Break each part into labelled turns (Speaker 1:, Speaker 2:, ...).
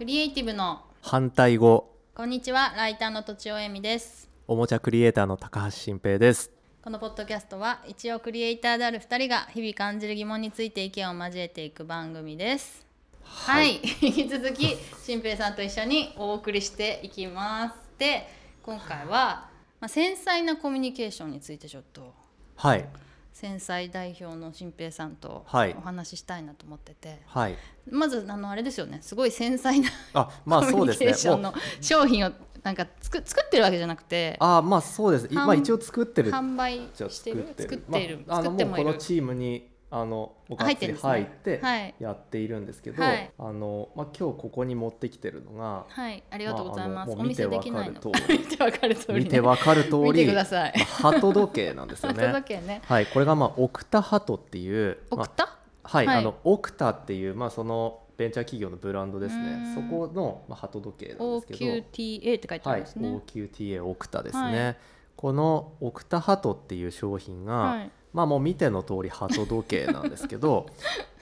Speaker 1: エイティブの
Speaker 2: 反対語
Speaker 1: こんにちはライターのとちおえみです
Speaker 2: おもちゃクリエイターの高橋新平です
Speaker 1: このポッドキャストは一応クリエイターである2人が日々感じる疑問について意見を交えていく番組ですはい、 引き続き新平さんと一緒にお送りしていきますで今回は、まあ、繊細なコミュニケーションについてちょっと
Speaker 2: はい
Speaker 1: 繊細代表の新平さんと
Speaker 2: はい
Speaker 1: お話ししたいなと思ってて、
Speaker 2: はい
Speaker 1: まずあのあれですよねすごい繊細な
Speaker 2: あまあ
Speaker 1: コ
Speaker 2: そう
Speaker 1: ミュ
Speaker 2: で
Speaker 1: ニケー
Speaker 2: す
Speaker 1: シ
Speaker 2: ね
Speaker 1: ョ
Speaker 2: も
Speaker 1: ンの
Speaker 2: う
Speaker 1: 商品をなんかつく作ってるわけじゃなくて
Speaker 2: あまあそうですい
Speaker 1: 販
Speaker 2: まあ一応作ってる
Speaker 1: 販売
Speaker 2: じゃあ
Speaker 1: してる作ってる、
Speaker 2: まあ、あの
Speaker 1: 作っ
Speaker 2: も
Speaker 1: て
Speaker 2: う
Speaker 1: も
Speaker 2: こ
Speaker 1: い
Speaker 2: の
Speaker 1: る
Speaker 2: チームにあの僕は
Speaker 1: 入ってるんですね
Speaker 2: 入って
Speaker 1: はい
Speaker 2: やっているんですけど、
Speaker 1: はい
Speaker 2: あのまあ今日ここに持ってきてるのが
Speaker 1: はいありがとうございます、
Speaker 2: まああの
Speaker 1: お
Speaker 2: もう見
Speaker 1: 見
Speaker 2: て
Speaker 1: せ
Speaker 2: わ
Speaker 1: で
Speaker 2: か
Speaker 1: き
Speaker 2: る
Speaker 1: ないの
Speaker 2: 通り
Speaker 1: 見てわかる通り、ね、
Speaker 2: 見てわかる通
Speaker 1: 見て
Speaker 2: り
Speaker 1: ください
Speaker 2: まあハト時計なんですよ
Speaker 1: 鳩時
Speaker 2: ね。
Speaker 1: 計ね
Speaker 2: はい、これがまあオクタハトっていう、
Speaker 1: 送
Speaker 2: まあ
Speaker 1: った、
Speaker 2: はい、
Speaker 1: はい
Speaker 2: あのオクタっていう、まあ、そのベンチャー企業のブランドです
Speaker 1: う
Speaker 2: ね
Speaker 1: ん
Speaker 2: そこの、まあ、鳩時計なんですけど、
Speaker 1: OQTA って書いてあ
Speaker 2: は
Speaker 1: る
Speaker 2: い
Speaker 1: んですね、
Speaker 2: OQTA オクタですね、
Speaker 1: は
Speaker 2: このオクタハトっていう商品が、
Speaker 1: はい
Speaker 2: まあもう見ての通り鳩時計なんです けど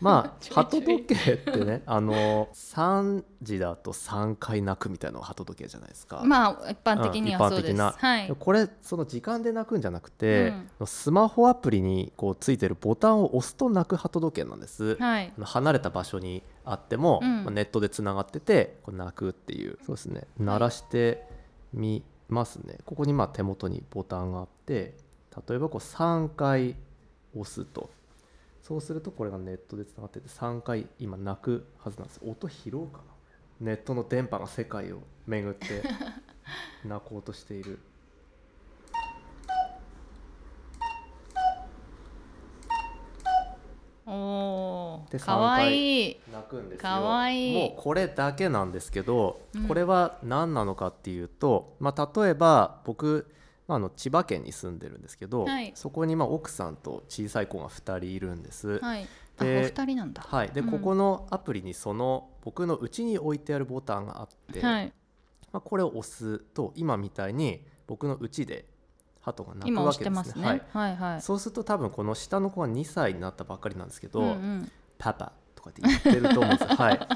Speaker 2: ま
Speaker 1: ちょいち
Speaker 2: あ
Speaker 1: ょい
Speaker 2: 鳩時計ってねあの3時だと3回鳴くみたいなのが鳩時計じゃないですか。
Speaker 1: まあ一般的にはそうです、
Speaker 2: うん一般的
Speaker 1: はい
Speaker 2: これその時間で鳴くんじゃなくて
Speaker 1: うん、
Speaker 2: スマホアプリにこうついてるボタンを押すと鳴く鳩時計なんです。
Speaker 1: はい
Speaker 2: あの離れた場所にあっても、
Speaker 1: うん
Speaker 2: まあネットでつながっててこう鳴くっていうそうですね鳴らしてみますね、ここにまあ手元にボタンがあって例えばこう3回押すとそうするとこれがネットでつながってて3回今鳴くはずなんです音拾うかなネットの電波が世界を巡って鳴こうとしている
Speaker 1: おお
Speaker 2: で
Speaker 1: ーかわいい
Speaker 2: 泣くんですよ
Speaker 1: かわいい
Speaker 2: もうこれだけなんですけど、
Speaker 1: うん
Speaker 2: これは何なのかっていうと、まあ、例えば僕まああの千葉県に住んでるんですけど、
Speaker 1: はい
Speaker 2: そこにまあ奥さんと小さい子が2人いるんです。はい
Speaker 1: はいあお
Speaker 2: で
Speaker 1: 二人なんだ
Speaker 2: で、
Speaker 1: うん
Speaker 2: ここのアプリにその僕のうちに置いてあるボタンがあって、
Speaker 1: はい
Speaker 2: まあ、これを押すと今みたいに僕のうちで鳩が鳴く
Speaker 1: 今
Speaker 2: わ
Speaker 1: 押し
Speaker 2: け
Speaker 1: て
Speaker 2: で
Speaker 1: ます
Speaker 2: す
Speaker 1: ね
Speaker 2: ね。はい
Speaker 1: はいはい
Speaker 2: そうすると多分この下の子が2歳になったばっかりなんですけど、
Speaker 1: うんうん
Speaker 2: パパとかって言ってると思うんで すよ。はい、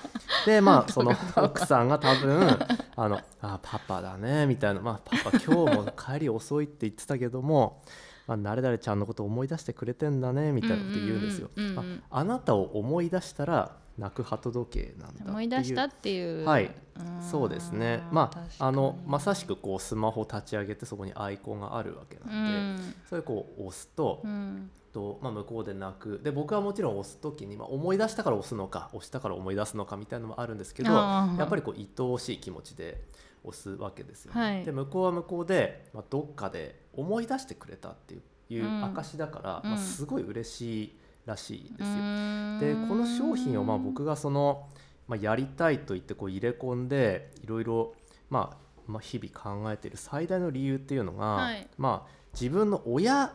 Speaker 2: でまあその奥さんが多分あのあパパだねみたいな、まあ、パパ今日も帰り遅いって言ってたけども、まあ、誰々ちゃんのこと思い出してくれてんだねみたいなこと言うんですよ。
Speaker 1: うんうんうんうんうん
Speaker 2: まああなたを思い出したら泣く鳩時計なんだっていう
Speaker 1: 思い出したっていう
Speaker 2: はい
Speaker 1: ん
Speaker 2: そうですねま
Speaker 1: 確か
Speaker 2: ああ
Speaker 1: に
Speaker 2: のまさしくこうスマホ立ち上げてそこにアイコンがあるわけ
Speaker 1: う
Speaker 2: なんで、
Speaker 1: ん
Speaker 2: それこう押すと、
Speaker 1: うん
Speaker 2: と、まあ、向こうで泣くで僕はもちろん押す時に、まあ、思い出したから押すのか押したから思い出すのかみたいなのもあるんですけど
Speaker 1: あー
Speaker 2: やっぱりこう愛おしい気持ちで押すわけですよね。
Speaker 1: はい
Speaker 2: で向こうは向こうで、まあ、どっかで思い出してくれたっていういう
Speaker 1: うん
Speaker 2: 証だから、
Speaker 1: うん
Speaker 2: まあ、すごい嬉しいらしいですよ。
Speaker 1: で
Speaker 2: でこの商品をまあ僕がその、まあ、やりたいと言ってこう入れ込んでいろいろまあまあ日々考えている最大の理由っていうのが、
Speaker 1: はい
Speaker 2: まあ自分の親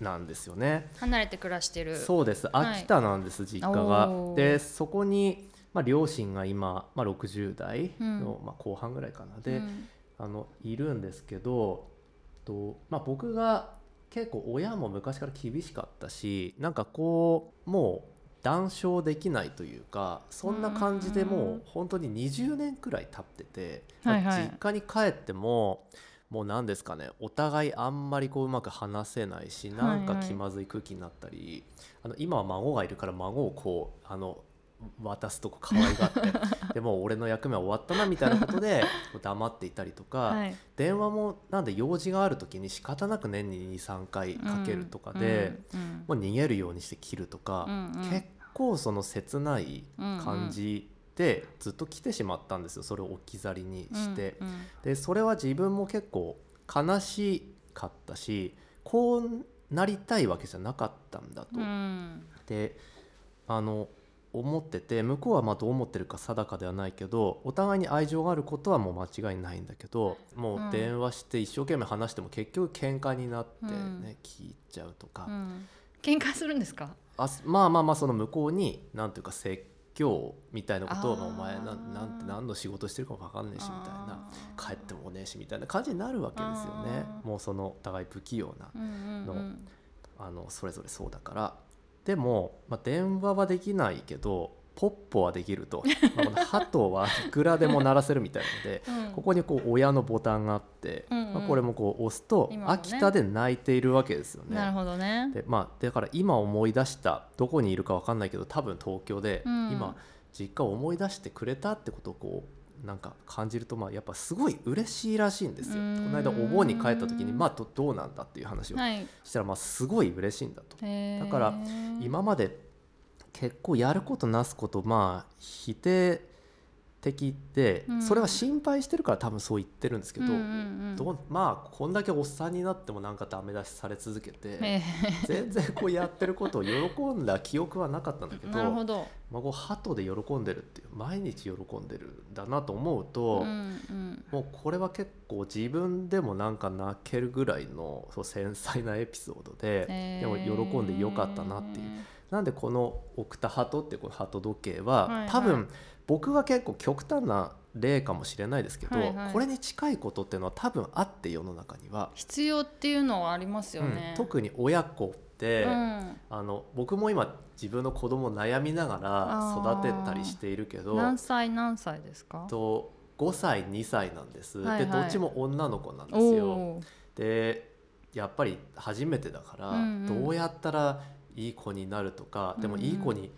Speaker 2: なんですよね。
Speaker 1: 離れて暮らしてる
Speaker 2: そうです
Speaker 1: はい
Speaker 2: 秋田なんです、実家が
Speaker 1: おー
Speaker 2: でそこに、まあ、両親が今、まあ、60代の、まあ、後半ぐらいかなで、
Speaker 1: うん
Speaker 2: あのいるんですけどと、まあ、僕が結構親も昔から厳しかったしなんかこうもう談笑できないというかそんな感じで
Speaker 1: う
Speaker 2: もうん本当に20年くらい経ってて、
Speaker 1: はいはい
Speaker 2: まあ実家に帰ってももう何ですかねお互いあんまりこううまく話せないしなんか
Speaker 1: はいはい
Speaker 2: 気まずい空気になったり、あの今は孫がいるから孫をこうあの渡すとこ可愛 がってでもう俺の役目は終わったなみたいなことでこう黙っていたりとか、
Speaker 1: はい
Speaker 2: 電話もなんで用事がある時に仕方なく年に23回かけるとかで、
Speaker 1: うんうん
Speaker 2: もう逃げるようにして切ると
Speaker 1: う
Speaker 2: か、
Speaker 1: んうん
Speaker 2: 結構その切ない感じでずっと来てしまったんですよそれを置き去りにして。
Speaker 1: うんうん
Speaker 2: でそれは自分も結構悲しかったしこうなりたいわけじゃなかったんだと。
Speaker 1: うん
Speaker 2: であの思ってて向こうはまあどう思ってるか定かではないけどお互いに愛情があることはもう間違いないんだけども
Speaker 1: うん
Speaker 2: う電話して一生懸命話しても結局喧嘩になってね、
Speaker 1: うん
Speaker 2: 聞いちゃうとか、
Speaker 1: うん喧嘩するんですか
Speaker 2: あすまあまあまあその向こうになんていうか説教みたいなことを
Speaker 1: あー
Speaker 2: まあお前なんなんて何の仕事してるかも分かんねえしみたいな
Speaker 1: あー
Speaker 2: 帰ってもねえしみたいな感じになるわけですよね
Speaker 1: あー
Speaker 2: もうそのお互い不器用な
Speaker 1: うんうんうん
Speaker 2: あのそれぞれそうだからでも、まあ、電話はできないけどポッポはできると、 まあこの鳩はいくらでも鳴らせるみたいなので
Speaker 1: うん
Speaker 2: ここにこう親のボタンがあって、
Speaker 1: うんうん
Speaker 2: まあ、これもこう押すと、
Speaker 1: 今もね
Speaker 2: 秋田で鳴いているわけですよね。
Speaker 1: なるほどね。
Speaker 2: でまあ、だから今思い出したどこにいるかわかんないけど多分東京で、
Speaker 1: うん
Speaker 2: 今実家を思い出してくれたってことをこうなんか感じると、まあ、やっぱすごい嬉しいらしいんですよ。
Speaker 1: う
Speaker 2: こ
Speaker 1: ーん
Speaker 2: の間お盆に帰った時に、まあ、どどうなんだっていう話を
Speaker 1: はい。
Speaker 2: したら、まあ、すごい嬉しいんだと。
Speaker 1: だ
Speaker 2: だから今まで結構やることなすことまあ否定的で、
Speaker 1: うん
Speaker 2: それは心配してるから多分そう言ってるんですけど,、
Speaker 1: うんうんうん
Speaker 2: どうまあこんだけおっさんになってもなんかダメ出しされ続けて。
Speaker 1: え
Speaker 2: 全然こうやってることを喜んだ記憶はなかったんだけ
Speaker 1: ー、
Speaker 2: ど
Speaker 1: なるほど。
Speaker 2: まあ、こう鳩で喜んでるっていう毎日喜んでるんだなと思うと、
Speaker 1: うんうん
Speaker 2: もうこれは結構自分でもなんか泣けるぐらいのそう繊細なエピソードで、
Speaker 1: えー
Speaker 2: でも喜んでよかったなっていうなんでこの「送った鳩」ってこの鳩時計は、
Speaker 1: はいはい
Speaker 2: 多分僕は結構極端な例かもしれないですけど、
Speaker 1: はいはい
Speaker 2: これに近いことっていうのは多分あって世の中には、
Speaker 1: 必要っていうのはありますよね。
Speaker 2: うん特に親子って。
Speaker 1: うん
Speaker 2: あの僕も今自分の子供を悩みなが
Speaker 1: あ
Speaker 2: ら
Speaker 1: ー
Speaker 2: 育てたりしているけど
Speaker 1: 何歳何歳ですか？
Speaker 2: と5歳2歳なんです、
Speaker 1: はいはい
Speaker 2: でどっちも女の子なんですよ。
Speaker 1: おー
Speaker 2: でやっぱり初めてだから、
Speaker 1: うんうん
Speaker 2: どうやったらいい子になるとかでも
Speaker 1: うんうん
Speaker 2: いい子に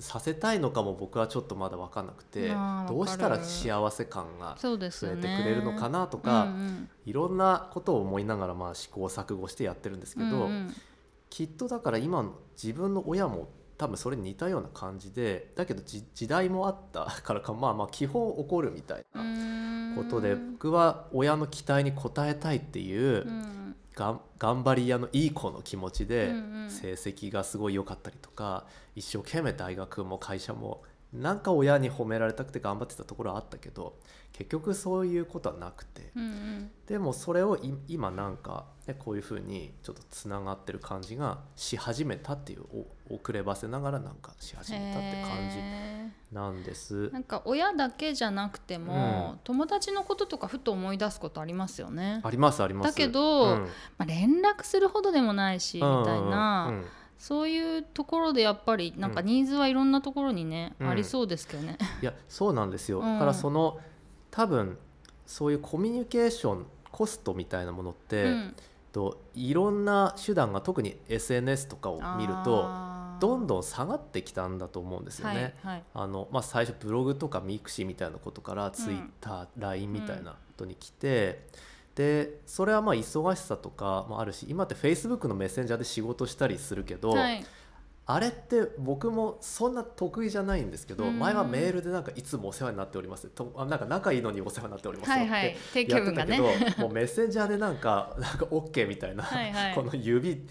Speaker 2: させたいのかも僕はちょっとまだ分かんなくて、
Speaker 1: あー
Speaker 2: どうした
Speaker 1: わ
Speaker 2: ら
Speaker 1: かる
Speaker 2: 幸せ感が
Speaker 1: そうです
Speaker 2: 増え
Speaker 1: よ
Speaker 2: て
Speaker 1: ね。
Speaker 2: くれるのか
Speaker 1: な
Speaker 2: なとか、
Speaker 1: うんうん、
Speaker 2: いろんなことを思いながらまあ試行錯誤してやってるんですけど。
Speaker 1: うんうん
Speaker 2: きっとだから今の自分の親も多分それに似たような感じでだけどじ時代もあったからかまあまあ基本起こるみたいうな
Speaker 1: ーん
Speaker 2: ことで僕は親の期待に応えたいっていう、
Speaker 1: うん
Speaker 2: がん頑張り屋のいい子の気持ちで
Speaker 1: うんうん
Speaker 2: 成績がすごい良かったりとか一生懸命大学も会社もなんか親に褒められたくて頑張ってたところはあったけど結局そういうことはなくて
Speaker 1: うんうん
Speaker 2: でもそれをい今なんか、ね、こういうふうにちょっとつながってる感じがし始めたっていうお遅ればせながらなんかし始めたって感じ
Speaker 1: へ
Speaker 2: なんです
Speaker 1: ー。なんか親だけじゃなくても、
Speaker 2: うん
Speaker 1: 友達のこととかふと思い出すことありますよね。
Speaker 2: ありますあります。
Speaker 1: だけど
Speaker 2: うん
Speaker 1: まあ、連絡するほどでもないしみたいな、
Speaker 2: うんうんうん
Speaker 1: そういうところでやっぱりなんか
Speaker 2: うん
Speaker 1: ニーズはいろんなところにね、
Speaker 2: うん
Speaker 1: ありそうですけどね。
Speaker 2: いやそうなんですよ、
Speaker 1: うん
Speaker 2: だからその多分そういうコミュニケーションコストみたいなものって、
Speaker 1: うん
Speaker 2: といろんな手段が特に SNS とかを見ると
Speaker 1: あー
Speaker 2: どんどん下がってきたんだと思うんですよね。
Speaker 1: はいはい
Speaker 2: あのまあ、最初ブログとかミクシーみたいなことからツイッター、LINE みたいなことに来て、でそれはまあ忙しさとかもあるし今って Facebook のメッセンジャーで仕事したりするけど、
Speaker 1: はい
Speaker 2: あれって僕もそんな得意じゃないんですけど、
Speaker 1: うん
Speaker 2: 前はメールでなんかいつもお世話になっておりますとあなんか仲いいのにお世話になっております
Speaker 1: は
Speaker 2: よっ
Speaker 1: い
Speaker 2: て
Speaker 1: は
Speaker 2: や
Speaker 1: い
Speaker 2: っ
Speaker 1: 定
Speaker 2: て
Speaker 1: 型文が
Speaker 2: たけ
Speaker 1: ね
Speaker 2: ど、。もうメッセンジャーでなんか なんか OK みたいな、
Speaker 1: はいはい
Speaker 2: この指立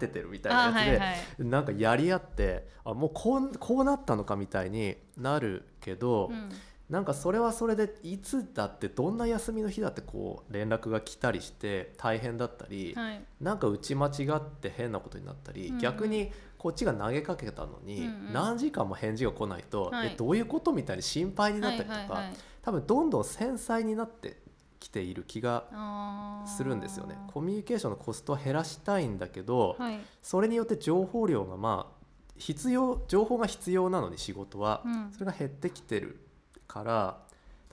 Speaker 2: ててるみたいな
Speaker 1: あー
Speaker 2: やつで、
Speaker 1: はいはい
Speaker 2: なんかやり合ってあもうこうこうなったのかみたいになるけど、
Speaker 1: うん
Speaker 2: なんかそれはそれでいつだってどんな休みの日だってこう連絡が来たりして大変だったり、
Speaker 1: はい
Speaker 2: なんか打ち間違って変なことになったり、
Speaker 1: うんうん
Speaker 2: 逆にこっちが投げかけたのに、
Speaker 1: うんうん
Speaker 2: 何時間も返事が来ないと、
Speaker 1: はい
Speaker 2: えどういうことみたいに心配にな
Speaker 1: は
Speaker 2: っ
Speaker 1: い
Speaker 2: たりとか、
Speaker 1: はいはい
Speaker 2: 多分どんどん繊細になってきている気が
Speaker 1: あー
Speaker 2: するんですよね。コミュニケーションのコストは減らしたいんだけど、
Speaker 1: はい
Speaker 2: それによって情報量がまあ必要情報が必要なのに仕事は、
Speaker 1: うん
Speaker 2: それが減ってきてるから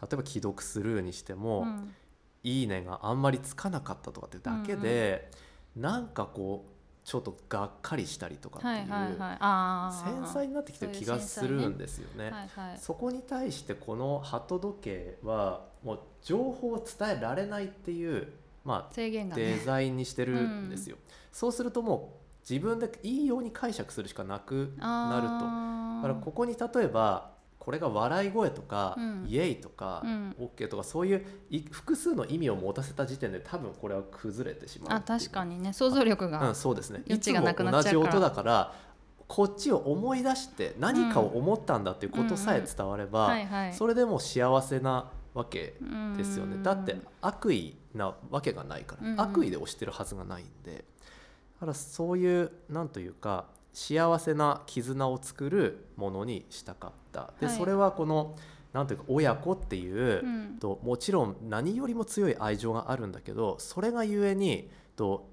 Speaker 2: 例えば既読スルーにしても
Speaker 1: う
Speaker 2: 「
Speaker 1: ん
Speaker 2: いいね」があんまりつかなかったとかってだけで、なんかこうちょっとがっかりしたりとかって、
Speaker 1: はいいうはいはいあー
Speaker 2: 繊細になってきてる気がするんですよね。
Speaker 1: はいはい
Speaker 2: そこに対してこの鳩時計はもう情報を伝えられないっていう、まあ、
Speaker 1: 制限が
Speaker 2: デ
Speaker 1: ね
Speaker 2: ザインにしてるんですよ、そうするともう自分でいいように解釈するしかなくなるとだからここに例えばこれが笑い声とか、
Speaker 1: うん
Speaker 2: イエイとか、
Speaker 1: う
Speaker 2: オ
Speaker 1: ん
Speaker 2: ッケーとかそういうい複数の意味を持たせた時点で多分これは崩れてしまう
Speaker 1: あ確か
Speaker 2: に、
Speaker 1: にね想像力
Speaker 2: う
Speaker 1: が
Speaker 2: ん、そうですね
Speaker 1: 余地がなく
Speaker 2: いつ
Speaker 1: な
Speaker 2: も
Speaker 1: っち
Speaker 2: 同
Speaker 1: ゃうか
Speaker 2: じ
Speaker 1: ら
Speaker 2: 音だからこっちを思い出して何かを思ったんだっていうことさえ伝われば、
Speaker 1: はいはい
Speaker 2: それでもう幸せなわけですよ
Speaker 1: う
Speaker 2: ね
Speaker 1: ん
Speaker 2: だって悪意なわけがないから、
Speaker 1: うんうん
Speaker 2: 悪意で押してるはずがないんでだからそういうなんというか幸せな絆を作るものにしたかったで、
Speaker 1: はい
Speaker 2: それはこのなんというか親子っていう、
Speaker 1: うん
Speaker 2: ともちろん何よりも強い愛情があるんだけどそれがゆえにと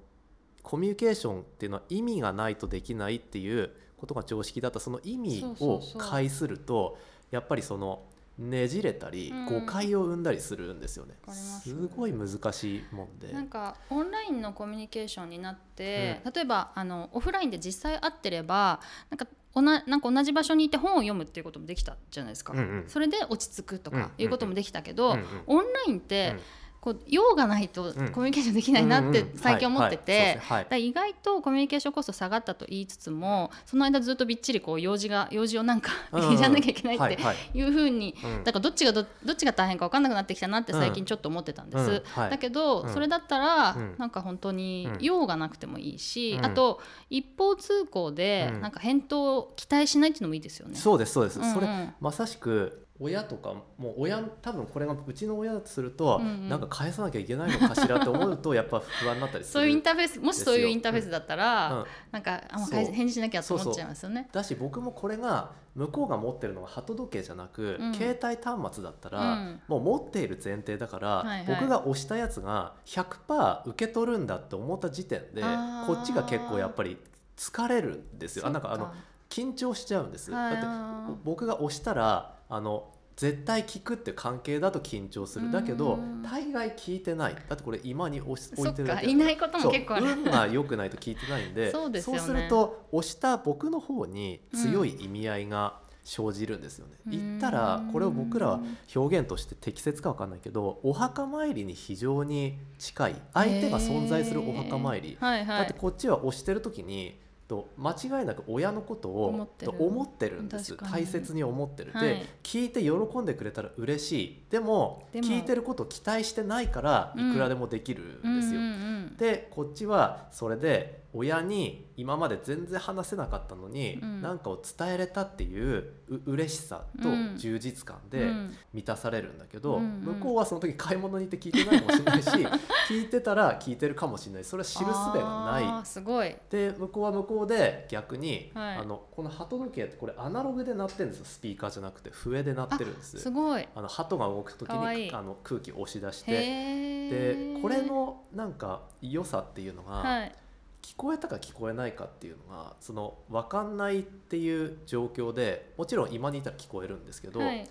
Speaker 2: コミュニケーションっていうのは意味がないとできないっていうことが常識だったその意味
Speaker 1: そう
Speaker 2: を
Speaker 1: そうそう
Speaker 2: 介するとやっぱりそのねじれたり
Speaker 1: うん
Speaker 2: 誤解を生んだりするんですよね、
Speaker 1: わかります
Speaker 2: すごい難しいもんで
Speaker 1: なんかオンラインのコミュニケーションになって、例えばあのオフラインで実際会ってればなんかおななんか同じ場所にいて本を読むっていうこともできたじゃないですか、
Speaker 2: うんうん
Speaker 1: それで落ち着くと
Speaker 2: うんうん
Speaker 1: かいうこともできたけど、
Speaker 2: うんうん
Speaker 1: オンラインって、
Speaker 2: うん
Speaker 1: こう用がないと
Speaker 2: うん
Speaker 1: コミュニケーションできないなっ
Speaker 2: う
Speaker 1: て
Speaker 2: んうん
Speaker 1: 最近思ってて。
Speaker 2: はい
Speaker 1: だから意外とコミュニケーションコスト下がったと言いつつもその間ずっとびっちりこう用事が用事をなんか
Speaker 2: はいはい
Speaker 1: やんなきゃいけないっ
Speaker 2: はい
Speaker 1: て
Speaker 2: はい
Speaker 1: いうふうに
Speaker 2: うん
Speaker 1: だからどっちがどどっちが大変か分かんなくなってきたなって最近ちょっと思ってたんです。
Speaker 2: うんうんはい
Speaker 1: だけど、
Speaker 2: うん
Speaker 1: それだったら、
Speaker 2: うん
Speaker 1: なんか本当に
Speaker 2: うん
Speaker 1: 用がなくてもいいし、
Speaker 2: うん
Speaker 1: あと一方通行で、
Speaker 2: うん
Speaker 1: なんか返答を期待しないっていうのもいいですよね。
Speaker 2: そうですそうです、
Speaker 1: うんうん
Speaker 2: それまさしく親とかもう親多分これがうちの親だとすると、
Speaker 1: うんうん
Speaker 2: なんか返さなきゃいけないのかしらって思う とやっぱ不安になったりする
Speaker 1: そういうインターフェースもしそういう
Speaker 2: ですよ
Speaker 1: インターフェースだったら、
Speaker 2: うん
Speaker 1: なんかあもう
Speaker 2: そう
Speaker 1: 返事しなきゃと思っちゃいますよね。
Speaker 2: だし僕もこれが向こうが持ってるのが鳩時計じゃなく、
Speaker 1: うん
Speaker 2: 携帯端末だったら、
Speaker 1: うん
Speaker 2: もう持っている前提だから、
Speaker 1: はいはい
Speaker 2: 僕が押したやつが100%受け取るんだって思った時点で
Speaker 1: あー
Speaker 2: こっちが結構やっぱり疲れるんですよ。あなんかあ
Speaker 1: そっ
Speaker 2: の緊張しちゃうんです。
Speaker 1: はい
Speaker 2: だって僕が押したらあの絶対聞くって関係だと緊張す
Speaker 1: う
Speaker 2: る
Speaker 1: ん
Speaker 2: だけど大概聞いてないだってこれ今に押し置いてる
Speaker 1: そ
Speaker 2: だ
Speaker 1: っか
Speaker 2: けだ
Speaker 1: いないことも結構ある
Speaker 2: そう運が良くないと聞いてないんで
Speaker 1: そうですよね
Speaker 2: すると押した僕の方に強い意味合いが生じるんですよね、
Speaker 1: うん
Speaker 2: 言ったらこれを僕らは表現として適切かわかんないけどお墓参りに非常に近い相手が存在するお墓参り、
Speaker 1: えーはいはい、
Speaker 2: だってこっちは押してる時にと間違いなく親のことを
Speaker 1: 思ってる
Speaker 2: と思ってるんです
Speaker 1: 確かに
Speaker 2: 大切に思ってる、
Speaker 1: は
Speaker 2: で
Speaker 1: い
Speaker 2: 聞いて喜んでくれたら嬉しいでも
Speaker 1: でも
Speaker 2: 聞いてることを期待してないから
Speaker 1: うん
Speaker 2: いくらでもできる
Speaker 1: うん
Speaker 2: ん
Speaker 1: う
Speaker 2: ですよ。
Speaker 1: ん
Speaker 2: でこっちはそれで親に今まで全然話せなかったの
Speaker 1: う
Speaker 2: に
Speaker 1: ん
Speaker 2: 何、なん、かを伝えれたっていうう嬉しさと
Speaker 1: うん
Speaker 2: 充実感
Speaker 1: うん
Speaker 2: で
Speaker 1: うん
Speaker 2: 満たされるんだけど、
Speaker 1: うんうん
Speaker 2: 向こうはその時買い物に行って聞いてないかもしれ ないし聞いてたら聞いてるかもしれないそれは知る術が
Speaker 1: あ
Speaker 2: な
Speaker 1: ーすごい。
Speaker 2: いで向こうは向こうで逆に、
Speaker 1: はい
Speaker 2: あのこの鳩時計ってこれアナログで鳴ってるんですよスピーカーじゃなくて笛で鳴ってるんです
Speaker 1: すごい。
Speaker 2: あの鳩が動く時
Speaker 1: かわい
Speaker 2: に
Speaker 1: い
Speaker 2: あの空気を押し出してで
Speaker 1: で
Speaker 2: これのなんか良さっていうのが、
Speaker 1: はい、
Speaker 2: 聞こえたか聞こえないかっていうのがその分かんないっていう状況でもちろん今にいたら聞こえるんですけど、
Speaker 1: はい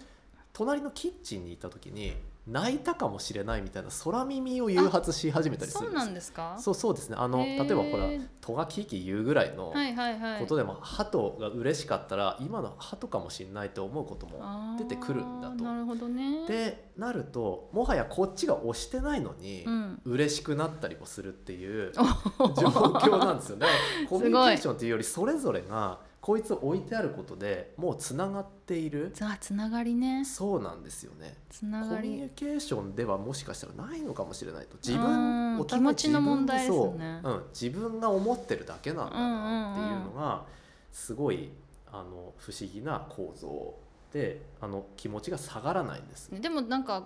Speaker 2: 隣のキッチンにいた時に泣いたかもしれないみたいな空耳を誘発し始めたりす
Speaker 1: そう
Speaker 2: る
Speaker 1: ん
Speaker 2: で
Speaker 1: な
Speaker 2: す
Speaker 1: んですか
Speaker 2: そうそうですねあの
Speaker 1: へー
Speaker 2: 例えばほら戸がキーキー言うぐらいの
Speaker 1: はいはいはい
Speaker 2: ことでも、鳩が嬉しかったら今の鳩かもしれないと思うことも
Speaker 1: あー
Speaker 2: 出てくるんだと
Speaker 1: なるほどね
Speaker 2: でなるともはやこっちが押してないのに、
Speaker 1: うん、
Speaker 2: 嬉しくなったりもするっていう状況なんです よね。コミュニケーションっていうよりそれぞれがこいつを置いてあることでもうつながっている
Speaker 1: あつながりね
Speaker 2: そうなんですよね。
Speaker 1: つな
Speaker 2: コ
Speaker 1: が
Speaker 2: ミュニ
Speaker 1: り
Speaker 2: ケーションではもしかしたらないのかもしれないと自
Speaker 1: う
Speaker 2: 分
Speaker 1: ん
Speaker 2: お互い
Speaker 1: 気持ちの問題です
Speaker 2: 自分
Speaker 1: ね
Speaker 2: でそううん、自分が思ってるだけなんだなっていうのがすごいあの不思議な構造であの気持ちが下がらないんです。
Speaker 1: でもなんか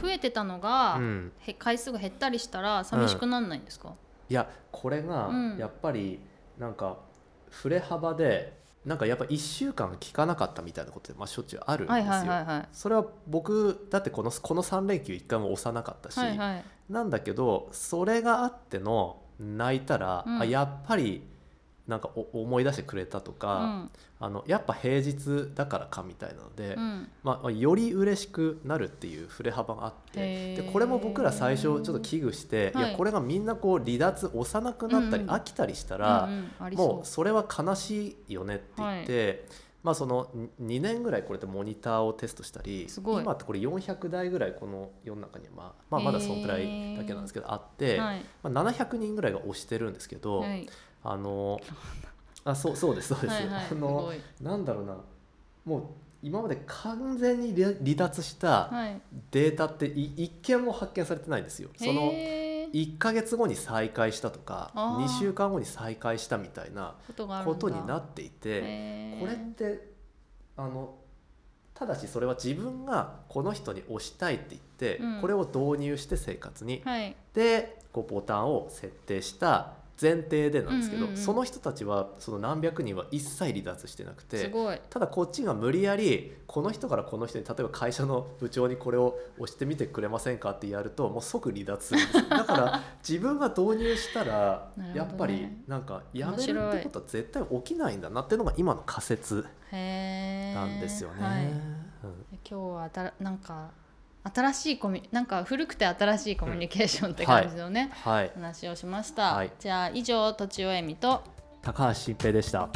Speaker 1: 増えてたのが、
Speaker 2: うん
Speaker 1: へ回数が減ったりしたら寂しくなんないんですか、
Speaker 2: いやこれが
Speaker 1: うん
Speaker 2: やっぱりなんか振れ幅でなんかやっぱ1週間聞かなかったみたいなことで、まあ、しょっちゅうあるんです
Speaker 1: はい
Speaker 2: よ。
Speaker 1: はいはいは
Speaker 2: それは僕だってこのこの3連休1回も押さなかったし、
Speaker 1: いはいはい
Speaker 2: なんだけどそれがあっての泣いたら、
Speaker 1: うん
Speaker 2: あやっぱりなんかお思い出してくれたとか、あのやっぱ平日だからかみたいなので、
Speaker 1: うんうん
Speaker 2: まあ、より嬉しくなるっていう振れ幅があって
Speaker 1: へー
Speaker 2: でこれも僕ら最初ちょっと危惧して、い、
Speaker 1: は
Speaker 2: や
Speaker 1: い
Speaker 2: これがみんなこう離脱押さなくなったり
Speaker 1: うんうん
Speaker 2: 飽きたりしたら、
Speaker 1: うんうんあり
Speaker 2: も
Speaker 1: そう
Speaker 2: それは悲しいよねって言って、まあそのに2年ぐらいこれでモニターをテストしたり
Speaker 1: すごい
Speaker 2: 今ってこれ400台ぐらいこの世の中には、まあ、まあまだそのくらいだけなんですけどあって、
Speaker 1: はい
Speaker 2: まあ、700人ぐらいが押してるんですけど、
Speaker 1: はい
Speaker 2: あ のあそうそうですそうです。
Speaker 1: はいはいす
Speaker 2: あの
Speaker 1: ごい
Speaker 2: なんだろうなもう今まで完全に離離脱した
Speaker 1: はい
Speaker 2: データってい一件も発見されてないんですよ。その
Speaker 1: へー
Speaker 2: 1ヶ月後に再開したとか
Speaker 1: あー
Speaker 2: 2週間後に再開したみたいな
Speaker 1: ことがあるん
Speaker 2: こ
Speaker 1: だ
Speaker 2: とになっていて
Speaker 1: へー
Speaker 2: これってあのただしそれは自分がこの人に押したいって言って、
Speaker 1: うん
Speaker 2: これを導入して生活に
Speaker 1: はい
Speaker 2: でこうボタンを設定した前提でなんですけど、
Speaker 1: うんうんうん
Speaker 2: その人たちはその何百人は一切離脱してなく
Speaker 1: す
Speaker 2: て
Speaker 1: ごい。
Speaker 2: ただこっちが無理やりこの人からこの人に例えば会社の部長にこれを押してみてくれませんかってやるともう即離脱するんですよ だから自分が導入したら
Speaker 1: なるほどね
Speaker 2: やっぱりなんかやめるってことは絶対起きないんだなっていうのが今の仮説
Speaker 1: へえ。
Speaker 2: なんですよね。
Speaker 1: はい
Speaker 2: うん
Speaker 1: 今日はたらなんか新しいコミュなんか古くて新しいコミュニケーションって感じのね、
Speaker 2: はい、
Speaker 1: 話をしました。
Speaker 2: はい
Speaker 1: じゃあ以上とちおえみと
Speaker 2: 高橋新平でした。